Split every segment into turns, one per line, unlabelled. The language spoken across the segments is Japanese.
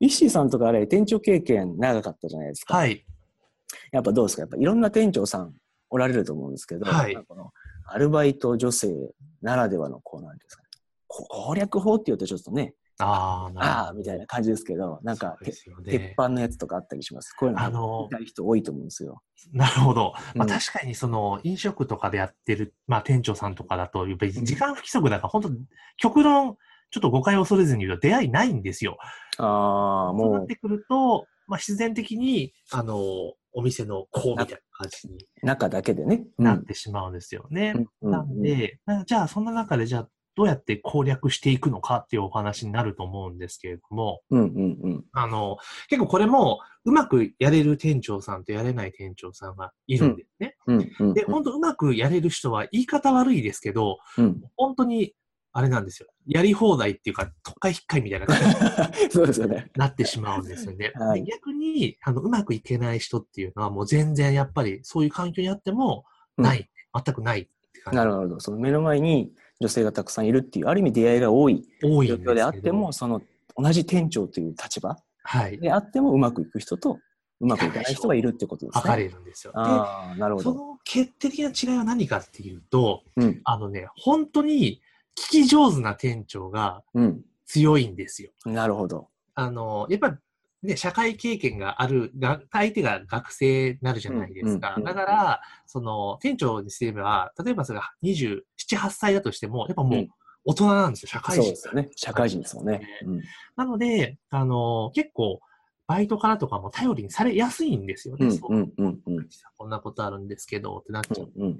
石井さんとかあれ、店長経験長かったじゃないですか。
はい。
やっぱどうですかやっぱいろんな店長さんおられると思うんですけど、
はい
なんかこのアルバイト女性ならではのこうなんですかね。こ攻略法って言うとちょっとね、
ああ、なるほ
ああみたいな感じですけど、なんか
ど。
て、
ですよ
鉄
ね。
板のやつとかあったりします。こういうの
あの
見たい人多いと思うんですよ。
なるほど。ま
う
あ、
ん
確かにその飲食とかでやってる、まあ、店長さんとかだと、やっぱり時間不規則だから、本当極論、ちょっと誤解を恐れずに言うと出会いないんですよ。
ああ、
そうなっ
も
てくると、まあ、必然的に、あの、お店の子みたいな感じに
う中だけでね。
なってしまうんですよね。
うん
なんで、なんかじゃあそんな中で、じゃあどうやって攻略していくのかっていうお話になると思うんですけれども、
うんうんうん。
あの、結構これもうまくやれる店長さんとやれない店長さんがいるんですね。
うんうんうん
で、本当うまくやれる人は言い方悪いですけど、
うん、
本当にあれなんですよ。やり放題っていうか、特会引っかいみたいな感じに
そうですよね。。
なってしまうんですよね
はい
で逆にあの、うまくいけない人っていうのはもう全然やっぱりそういう環境にあってもない、全くないって感じ
なるほど。その目の前に女性がたくさんいるっていう、ある意味出会いが多い
多いん
状
ですけど
況であっても、その同じ店長という立場
はい。
であってもうまくいく人とうまくいかない人がいるってことですね。
分かれるんですよ。で、
ああ、なるほ
そ
ど。
の決定的な違いは何かっていうと、
うん。
あのね、本当に聞き上手な店長が
うん。
強いんですよ。
なるほど。
あの、やっぱりね、社会経験があるが、相手が学生になるじゃないですか。
うんうんうん
だから、その、店長にすれば、例えばそれが27、8歳だとしても、やっぱもううん大人なんですよ、社会
そう
人
で。すよね。社会人ですもんね。うん。
なので、あの、結構、バイトからとかも頼りにされやすいんですよ
う
ね。
ん
そう
うんうんうん。
こんなことあるんですけど、ってなっちゃう。
うん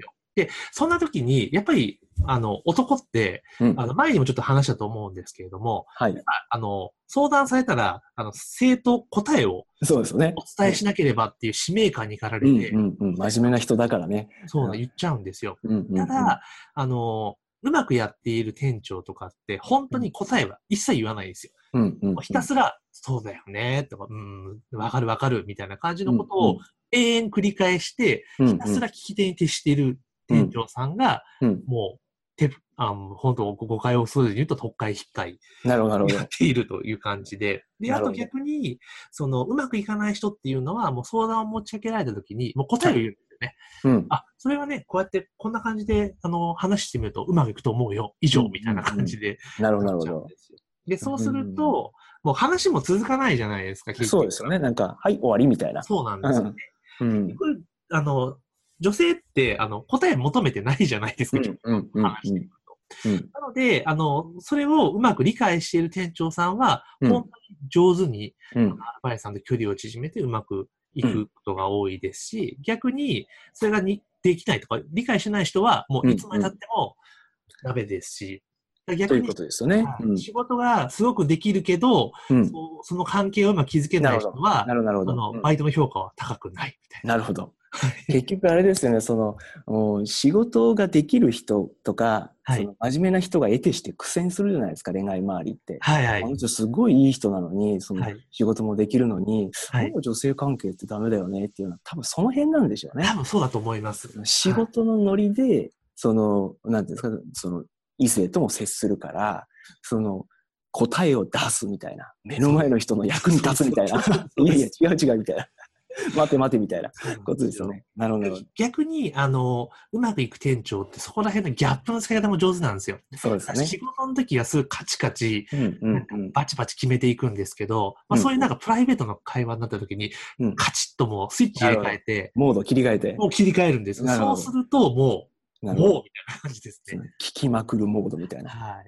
そんな時に、やっぱり、あの、男って、
うん。
あの、前にもちょっと話したと思うんですけれども、
はい。
ああの、相談されたら、あの、正当答えを
そうですよね。
お伝えしなければっていう使命感に駆ら
う
れ
ん
て、
うんうん。真面目な人だからね。
そうね、言っちゃうんですよ。
うんうんうん。
ただ、あの、うまくやっている店長とかって、本当に答えは一切言わないんですよ。
うんうんうん
もうひたすら、そうだよね、とか、うん、わかるわかる、みたいな感じのことを永遠繰り返して、
うんう
ひ
ん
たすら聞き手に徹している店長さんが、
うん
もう、て、あの、本当誤解を恐れずに言うと、特会引っかい
なるほど、なるほ
やっているという感じで。で、
な
あ
るほ
と
ど
逆に、その、うまくいかない人っていうのは、もう相談を持ちかけられた時に、もう答えを言うんですよね。
ど。うん。
あ、それはね、こうやって、こんな感じで、あの、話してみるとうまくいくと思うよ、以上、みたいな感じで。
なるほど、なるほ
なっちゃうん
ど。
ですよで、そうすると、もう話も続かないじゃないですか、結局
そうですよね。なんか、はい、終わりみたいな。
そうなんですよね。
うん。
これ、あの、女性って、あの、答え求めてないじゃないです
う
か、結
ん
局
うんうん
話していくと。
うん。
なので、あの、それをうまく理解している店長さんは、
うん
本当に上手に
うん。
アルバイトさんと距離を縮めてうまくいくことが多いですし、逆に、それがにできないとか、理解してない人は、もういつまで経ってもダメですし、
と
逆
いう
に
こ、とですよね。
はい
うん
仕事がすごくできるけど、
うん。
そうその関係をうまく築けない人は、
なるほど、なるほ
あ
ど
の
うん。
バイトの評価は高くないみたいな。
なるほど。結局あれですよね、その、もう仕事ができる人とか、
はい
その真面目な人が得てして苦戦するじゃないですか、恋愛周りって。
はいは
あの
い。
人すごいいい人なのに、その
はい
仕事もできるのに、
は
も
い。
う女性関係ってダメだよねっていうのは多分その辺なんでしょうね。
多分そうだと思います。
仕事のノリで、その、なんていうんですか、その、異性とも接するから、その、答えを出すみたいな。目の前の人の役に立つみたいな。い やいや、違う違うみたいな。待て待てみたいなことですよね。なるほど。なるほ
逆に、あの、うまくいく店長ってそこら辺のギャップの使い方も上手なんですよ。
どそうですね
仕。事の時はすごいカチカチ、
うんうんうん。
バチバチ決めていくんですけど、まあ、
うん
そういうなんかプライベートの会話になった時に、
うん
カチッともうスイッチ入れ替えて、
モード切り替えて。
もう切り替えるんですよ。
なるほ
そ
ど
うすると、もう、
な
もう
るほど。
みたいな感じですね。
聞きまくるモードみたいな。
はい。